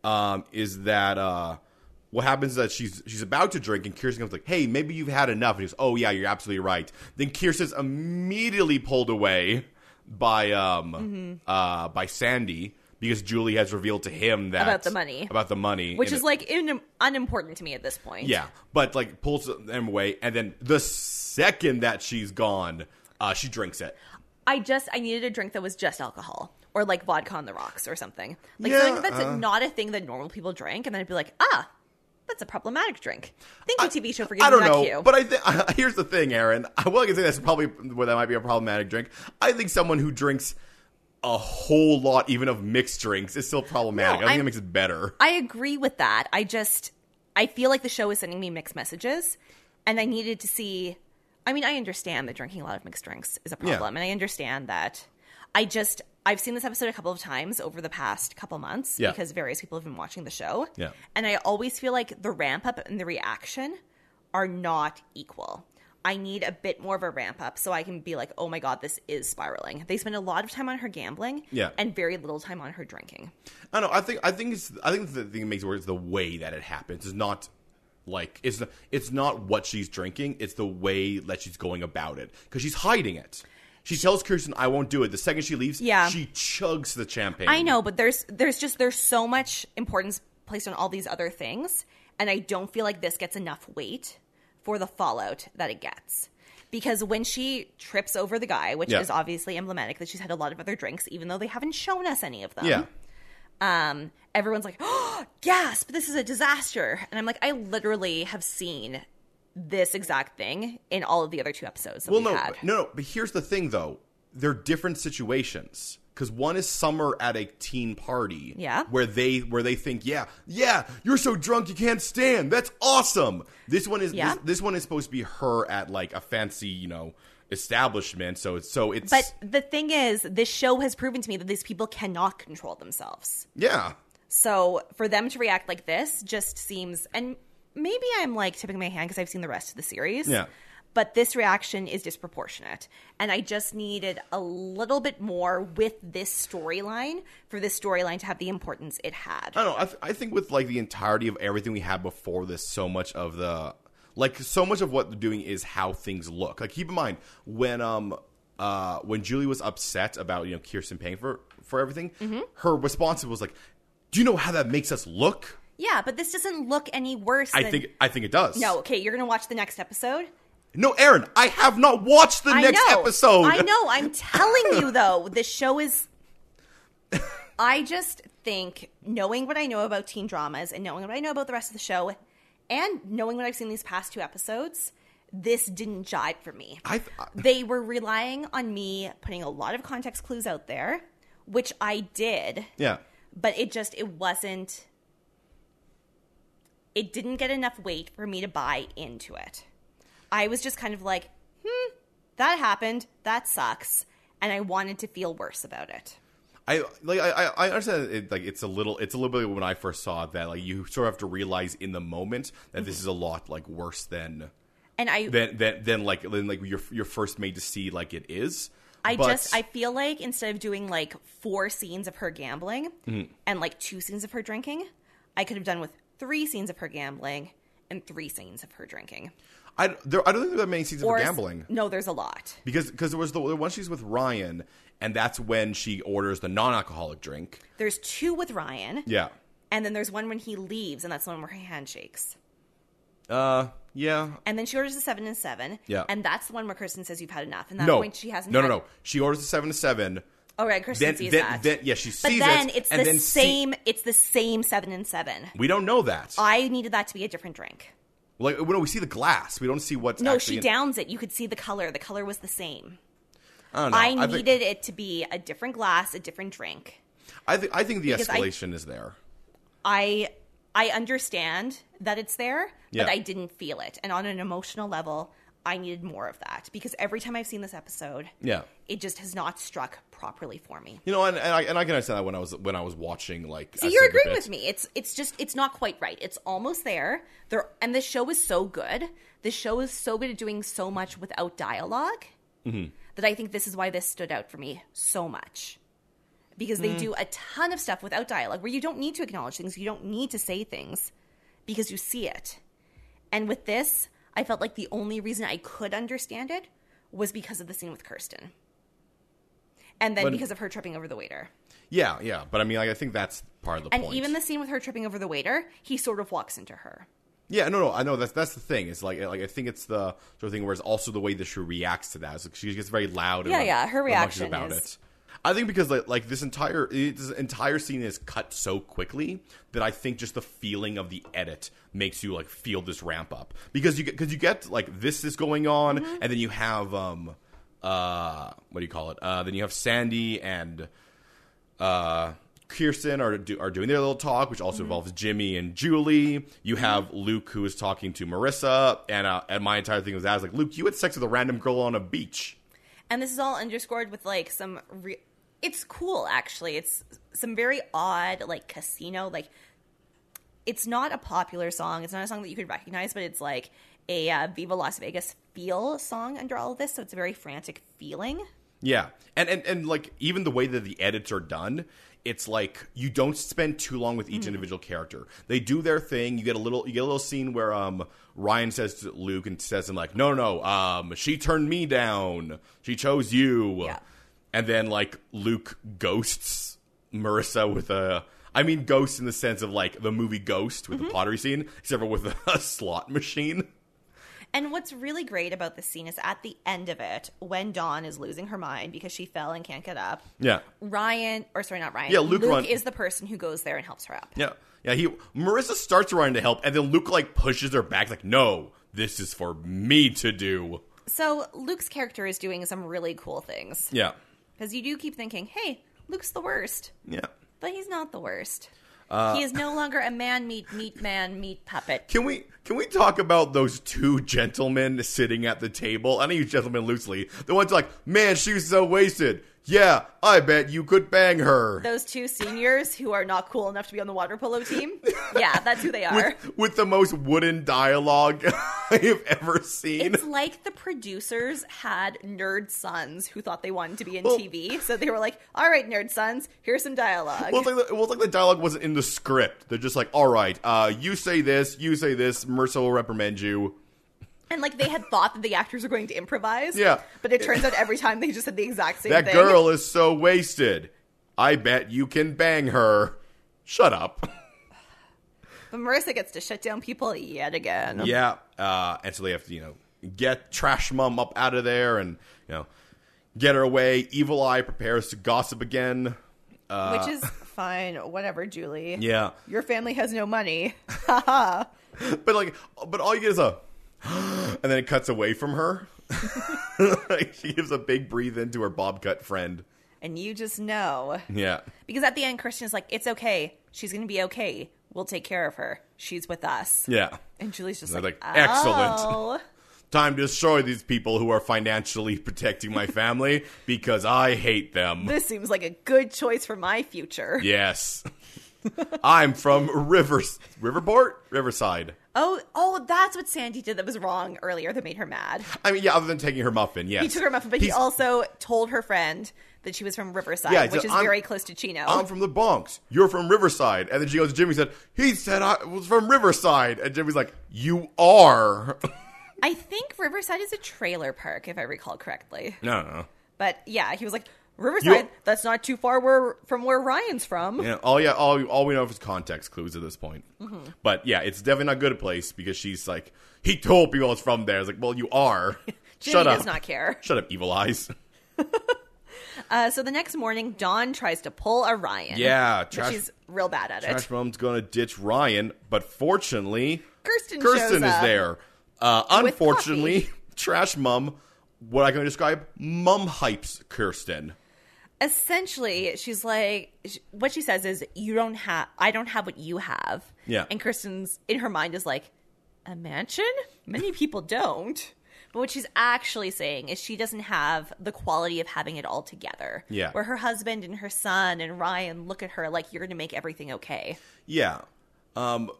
um, is that uh, what happens is that she's she's about to drink, and Kirsten comes like, "Hey, maybe you've had enough." And he goes, "Oh yeah, you're absolutely right." Then Kirsten's immediately pulled away by um Mm-hmm. uh by Sandy because Julie has revealed to him that About the money. about the money, Which in is a- like in, unimportant to me at this point. yeah, but like pulls them away, and then the second that she's gone, uh, she drinks it. I just I needed a drink that was just alcohol or like vodka on the rocks or something. Like Yeah, something that's uh. not a thing that normal people drink, and then I'd be like, ah, that's a problematic drink. Thank you, TV show, for giving I don't me know, that cue. but I think here's the thing, Aaron. I well, I can say that's probably well, that might be a problematic drink. I think someone who drinks a whole lot, even of mixed drinks, is still problematic. No, I think I'm- it makes it better. I agree with that. I just I feel like the show is sending me mixed messages, and I needed to see. I mean, I understand that drinking a lot of mixed drinks is a problem, and I understand that. I just I've seen this episode a couple of times over the past couple months Yeah. because various people have been watching the show. Yeah. And I always feel like the ramp up and the reaction are not equal. I need a bit more of a ramp up so I can be like, "Oh my god, this is spiraling." They spend a lot of time on her gambling Yeah. and very little time on her drinking. I don't know. I think I think it's I think the thing that makes it worse is the way that it happens. It's not like it's not, it's not what she's drinking. It's the way that she's going about it because she's hiding it. She tells Kirsten, "I won't do it." The second she leaves, Yeah. she chugs the champagne. I know, but there's there's just there's so much importance placed on all these other things, and I don't feel like this gets enough weight for the fallout that it gets. Because when she trips over the guy, which Yeah. is obviously emblematic that she's had a lot of other drinks, even though they haven't shown us any of them. Yeah. Um, everyone's like, oh, gasp, this is a disaster. And I'm like, I literally have seen this exact thing in all of the other two episodes that Well, we no, had. but- no, no. But here's the thing, though. They're different situations because one is summer at a teen party, Yeah. where they where they think, yeah, yeah, you're so drunk you can't stand. That's awesome. This one is Yeah. this, this one is supposed to be her at like a fancy, you know, establishment. So it's so it's But the thing is, this show has proven to me that these people cannot control themselves. yeah. So for them to react like this just seems, and maybe I'm like tipping my hand because I've seen the rest of the series. Yeah. But this reaction is disproportionate. And I just needed a little bit more with this storyline for this storyline to have the importance it had. I don't know. I, th- I think with like the entirety of everything we had before this, so much of the like so much of what they're doing is how things look. Like keep in mind when um uh when Julie was upset about you know Kirsten paying for for everything, Mm-hmm. her response was like, "Do you know how that makes us look?" yeah, but this doesn't look any worse I than. think I think it does. no, okay, you're going to watch the next episode? no, Aaron, I have not watched the next I know. episode. I know. I'm telling you though, this show is. I just think knowing what I know about teen dramas and knowing what I know about the rest of the show, and knowing what I've seen these past two episodes, this didn't jive for me. I th- I- they were relying on me putting a lot of context clues out there, which I did yeah. but it just it wasn't it didn't get enough weight for me to buy into it i was just kind of like hmm that happened that sucks and i wanted to feel worse about it I like I I- I understand it, like it's a little it's a little bit when I first saw it that like you sort of have to realize in the moment that Mm-hmm. this is a lot like worse than and i than than than like than like you're you're first made to see like it is. i But- just i feel like instead of doing like four scenes of her gambling Mm-hmm. and like two scenes of her drinking i could have done with three scenes of her gambling and three scenes of her drinking I there I don't think there are many scenes of gambling no there's a lot because because there was the the one she's with Ryan and that's when she orders the non-alcoholic drink. there's two with ryan Yeah. And then there's one when he leaves, and that's the one where he handshakes. Uh yeah. And then she orders a seven and seven. Yeah. And that's the one where Kirsten says you've had enough. And that No. point she hasn't. no, had- no, no. She orders the 7 to 7. Oh right, Kirsten Then sees then, that. then yeah, she but sees then it it's and the then see- same. it's the same seven and seven. we don't know that. I needed that to be a different drink. like we don't we see the glass. We don't see what's No, actually she in- downs it. You could see the color. The color was the same. I don't know. I think- needed it to be a different glass, a different drink. I think I think the because I- escalation is there. I I understand that it's there, Yeah. but I didn't feel it. And on an emotional level, I needed more of that because every time I've seen this episode, Yeah. it just has not struck properly for me. You know, and, and I and I can understand that when I was when I was watching like So I you're said the agreeing bit. with me. It's it's just it's not quite right. It's almost there. There and the show is so good. The show is so good at doing so much without dialog Mm-hmm. that I think this is why this stood out for me so much. Because Mm. they do a ton of stuff without dialogue where you don't need to acknowledge things, you don't need to say things because you see it. And with this, I felt like the only reason I could understand it was because of the scene with Kirsten. And then But- because of her tripping over the waiter. Yeah, yeah, but I mean, like, I think that's part of the And point. even the scene with her tripping over the waiter, he sort of walks into her. yeah, no, no, I know that's that's the thing. It's like like I think it's the sort of thing where it's also the way that she reacts to that. It's like she gets very loud. Yeah, and yeah, her rambunctious reaction about is- it. I think because like, like this entire this entire scene is cut so quickly that I think just the feeling of the edit makes you like feel this ramp up because you because you get like this is going on Mm-hmm. and then you have um uh what do you call it uh then you have Sandy and uh, Kirsten are do, are doing their little talk, which also involves Jimmy and Julie. You have Luke who is talking to Marissa, and uh, and my entire thing was that I was like, Luke, you had sex with a random girl on a beach. And this is all underscored with like some re- it's cool actually. It's some very odd like casino like it's not a popular song. It's not a song that you could recognize, but it's like a uh, Viva Las Vegas feel song under all of this, so it's a very frantic feeling. Yeah, and and and like even the way that the edits are done, it's like you don't spend too long with each individual character. They do their thing. You get a little you get a little scene where um Ryan says to Luke and says him like, no, no, no, um, she turned me down. She chose you. Yeah. And then like Luke ghosts Marissa with a. I mean, ghost in the sense of like the movie Ghost with the pottery scene, except for with a slot machine. And what's really great about this scene is at the end of it, when Dawn is losing her mind because she fell and can't get up, Yeah. Ryan, or sorry, not Ryan. Yeah, Luke run- is the person who goes there and helps her up. Yeah, yeah. He Marissa starts running to help, and then Luke like pushes her back, like, "No, this is for me to do. So Luke's character is doing some really cool things Yeah. because you do keep thinking, "Hey, Luke's the worst," Yeah. but he's not the worst. he is no longer a man meat meat man meat puppet. Can we can we talk about those two gentlemen sitting at the table? I don't use gentlemen loosely. The one's like, man, she's so wasted. Yeah, I bet you could bang her. Those two seniors who are not cool enough to be on the water polo team. Yeah, that's who they are. with, with the most wooden dialogue I have ever seen. It's like the producers had nerd sons who thought they wanted to be in Well- TV, so they were like, "All right, nerd sons, here's some dialogue." Well, it's like the, well, it's like the dialogue wasn't in the script. They're just like, all right, uh, you say this, you say this, Mercer will reprimand you. and like they had thought that the actors were going to improvise. Yeah. but it turns out every time they just said the exact same That thing. girl is so wasted. I bet you can bang her. Shut up. But Marissa gets to shut down people yet again. yeah. Uh, and so they have to, you know, get Trash Mum up out of there and, you know, get her away. Evil Eye prepares to gossip again. Which is fine, whatever, Julie. Yeah. Your family has no money. But, like, but all you get is a, and then it cuts away from her. she gives a big breathe in to her bobcut friend. And you just know. Yeah. Because at the end, Christian is like, it's okay. She's going to be okay. We'll take care of her. She's with us. Yeah. And Julie's just They're like, like, "Excellent." "Oh." Time to destroy these people who are financially protecting my family because I hate them. This seems like a good choice for my future. Yes. I'm from Rivers Riverport? Riverside. Oh, oh, that's what Sandy did that was wrong earlier that made her mad. I mean, yeah, other than taking her muffin, yes. He took her muffin, but he He's- also told her friend that she was from Riverside, Yeah, he's which like, is "I'm- very close to Chino. I'm from the Bronx. You're from Riverside. And then she goes to Jimmy and said, He said I was from Riverside. And Jimmy's like, You are. I think Riverside is a trailer park, if I recall correctly. No, no. But yeah, he was like, Riverside, that's not too far where, from where Ryan's from. You know, all yeah, all all we know of is context clues at this point. Mm-hmm. But yeah, it's definitely not a good place because she's like, he told people it's from there. It's like, well, you are. Jimmy Shut up. does not care. Shut up, evil eyes. Uh, so the next morning, Dawn tries to pull a Ryan. Yeah, But trash- she's real bad at Trash it. Mom's gonna ditch Ryan, but fortunately, Kirsten Kirsten is shows up there. Uh, unfortunately, coffee. Trash Mom, what I can describe, mum hypes Kirsten. Essentially, she's like, sh- what she says is, "You don't have, I don't have what you have." Yeah. And Kristen's in her mind is like, "A mansion? Many people don't." But what she's actually saying is she doesn't have the quality of having it all together. Yeah. Where her husband and her son and Ryan look at her like you're going to make everything okay. Yeah. Um,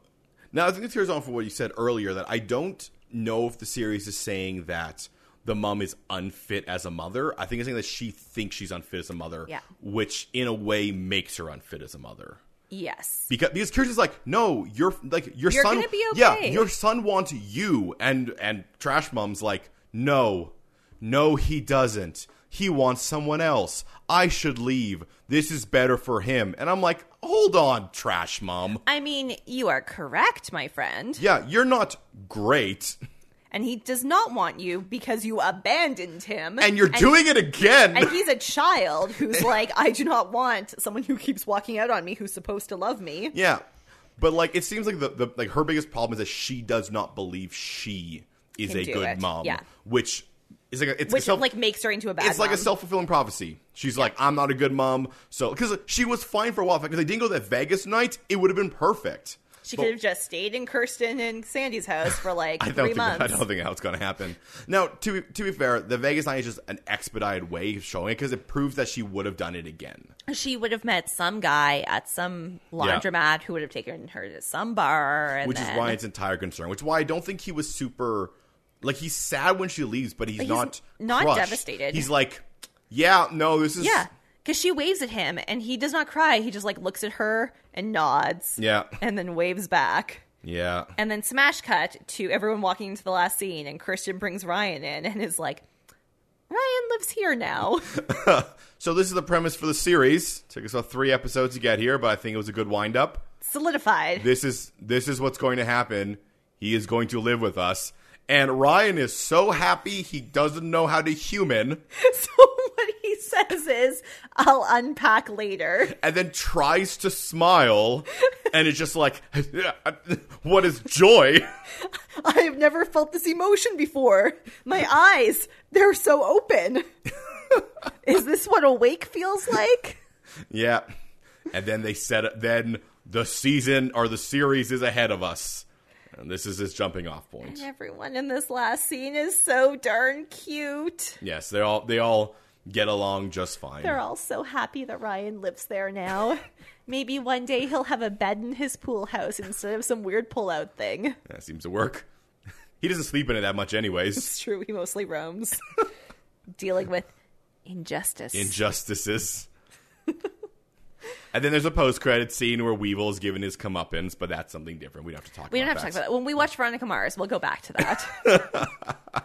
now, I think this here's on for what you said earlier that I don't know if the series is saying that the mom is unfit as a mother. I think it's saying that she thinks she's unfit as a mother, Yeah. which in a way makes her unfit as a mother. Yes. Because because Kirsten's like, no, your like your You're son, gonna be yeah, okay." your son wants you, and and Trash Mom's like, no, no, he doesn't. He wants someone else. I should leave. This is better for him. And I'm like, hold on, Trash Mom. I mean, you are correct, my friend. Yeah, you're not great, And he does not want you because you abandoned him. and you're doing it again. And he's a child who's like, I do not want someone who keeps walking out on me who's supposed to love me. yeah, but like, it seems like the, the like her biggest problem is that she does not believe she is Can a do good it. mom. Yeah. which is like a, it's a Which self- like makes her into a bad it's like a mom. self fulfilling prophecy. She's like, I'm not a good mom. So, because she was fine for a while. If they didn't go that Vegas night, it would have been perfect. She But could have just stayed in Kirsten and Sandy's house for like I don't three think that- I months. don't think that's going to happen. Now, to be, to be fair, the Vegas night is just an expedited way of showing it because it proves that she would have done it again. She would have met some guy at some laundromat who would have taken her to some bar. And which is then- Ryan's entire concern. Which is why I don't think he was super like he's sad when she leaves, but he's, he's not not crushed. devastated. He's like, yeah, no, this is Yeah. Because she waves at him and he does not cry. He just like looks at her and nods. yeah, And then waves back. yeah. And then smash cut to everyone walking into the last scene, and Christian brings Ryan in and is like, Ryan lives here now. So this is the premise for the series. Took us about three episodes to get here, but I think it was a good wind up. Solidified. This is this is what's going to happen. He is going to live with us. And Ryan is so happy he doesn't know how to human. So what he he says is, I'll unpack later. and then tries to smile and is just like, what is joy? I have never felt this emotion before. My eyes, they're so open. Is this what awake feels like? yeah. And then they said, then the season or the series is ahead of us. And this is his jumping off point. Everyone in this last scene is so darn cute. Yes, they all they all get along just fine. They're all so happy that Ryan lives there now. Maybe one day he'll have a bed in his pool house instead of some weird pullout thing. that seems to work. He doesn't sleep in it that much anyways. It's true, he mostly roams, dealing with injustice. Injustices. and then there's a post credit scene where Weevil is given his comeuppance, but that's something different. We don't have to talk we don't about have to talk about that. When we watch Veronica Mars, we'll go back to that.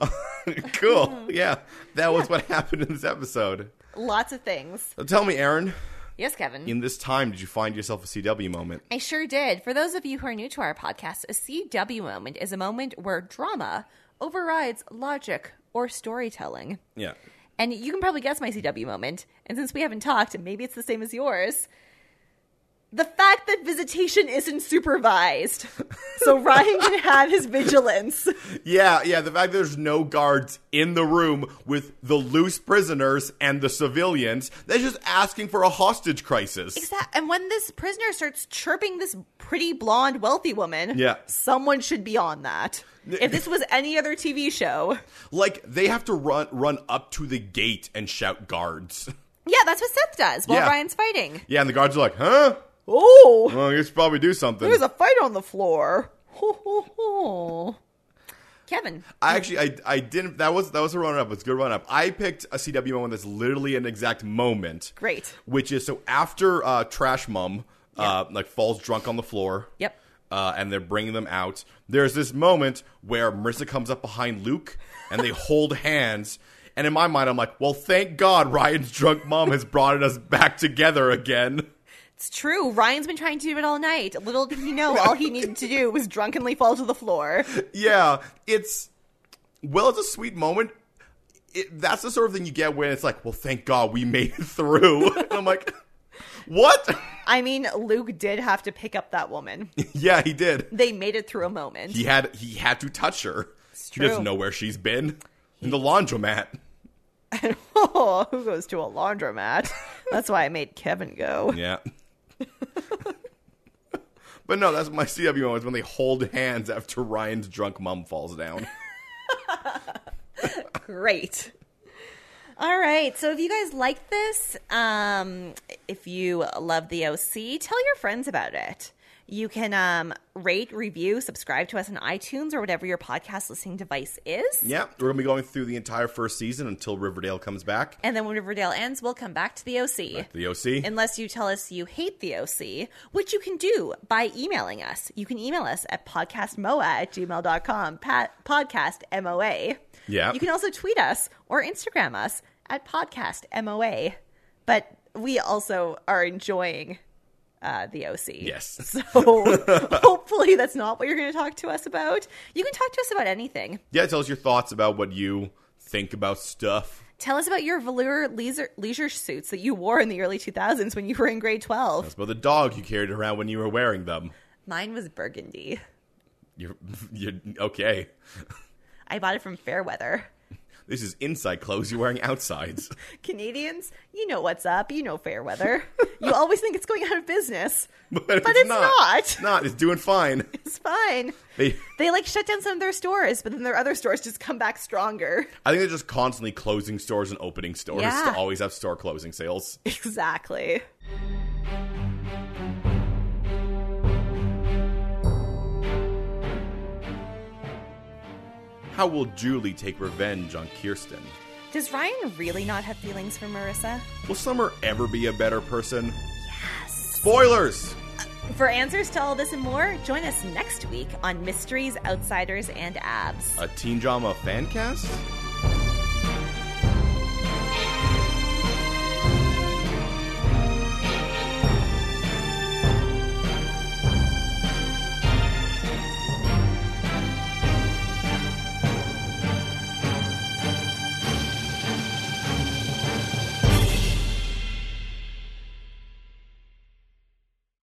that. cool. Yeah. That was what happened in this episode. Lots of things. So tell me, Aaron, Yes, Kevin. in this time, did you find yourself a CW moment? I sure did. For those of you who are new to our podcast, a CW moment is a moment where drama overrides logic or storytelling. Yeah. And you can probably guess my CW moment. And since we haven't talked, and maybe it's the same as yours, the fact that visitation isn't supervised. so Ryan can have his vigilance. Yeah, yeah. The fact that there's no guards in the room with the loose prisoners and the civilians, they're just asking for a hostage crisis. That- and when this prisoner starts chirping this pretty blonde wealthy woman, Yeah. someone should be on that. If this was any other TV show, Like they have to run run up to the gate and shout guards. yeah, that's what Seth does while Yeah. Ryan's fighting. Yeah, and the guards are like, "Huh? Oh, Well, you should probably do something." there's a fight on the floor. Ho, ho, ho. Kevin, I actually, I, I didn't. That was that was a run up. It's a good run up. I picked a CW moment that's literally an exact moment. Great. Which is so after uh, Trash Mum uh, like falls drunk on the floor. Yep. Uh, and they're bringing them out. There's this moment where Marissa comes up behind Luke and they hold hands. And in my mind, I'm like, well, thank God Ryan's drunk mom has brought us back together again. it's true. Ryan's been trying to do it all night. Little did he know, all he needed to do was drunkenly fall to the floor. Yeah, it's well, it's a sweet moment. It, that's the sort of thing you get when it's like, well, thank God we made it through. and I'm like, what? I mean, Luke did have to pick up that woman. yeah, he did. They made it through a moment. He had he had to touch her. He true. doesn't know where she's been in the laundromat. Oh, who goes to a laundromat? That's why I made Kevin go. Yeah. but no, that's my CW moment is when they hold hands after Ryan's drunk mom falls down. Great. All right. So if you guys like this, um, if you love the OC, tell your friends about it. You can um, rate, review, subscribe to us on iTunes or whatever your podcast listening device is. yeah, we're gonna be going through the entire first season until Riverdale comes back. And then when Riverdale ends, we'll come back to the OC. The OC. Unless you tell us you hate the OC, which you can do by emailing us. You can email us at podcastmoa at gmail.com, pat, podcast MOA. Yeah. You can also tweet us or Instagram us at podcast MOA. But we also are enjoying uh, the OC. yes. So hopefully that's not what you're going to talk to us about. You can talk to us about anything. Yeah, tell us your thoughts about what you think about stuff. Tell us about your velour leisure, leisure suits that you wore in the early 2000s when you were in grade 12. It's about the dog you carried around when you were wearing them. Mine was burgundy. You're, you're okay. I bought it from Fairweather. This is inside clothes you're wearing outsides. Canadians, you know what's up. You know Fairweather. you always think it's going out of business. But, it's not. It's not. It's doing fine. It's fine. They, They like shut down some of their stores, but then their other stores just come back stronger. I think they're just constantly closing stores and opening stores Yeah. to always have store closing sales. Exactly. How will Julie take revenge on Kirsten? Does Ryan really not have feelings for Marissa? Will Summer ever be a better person? Yes. Spoilers. For answers to all this and more, join us next week on Mysteries, Outsiders, and Abs. A teen drama fan cast.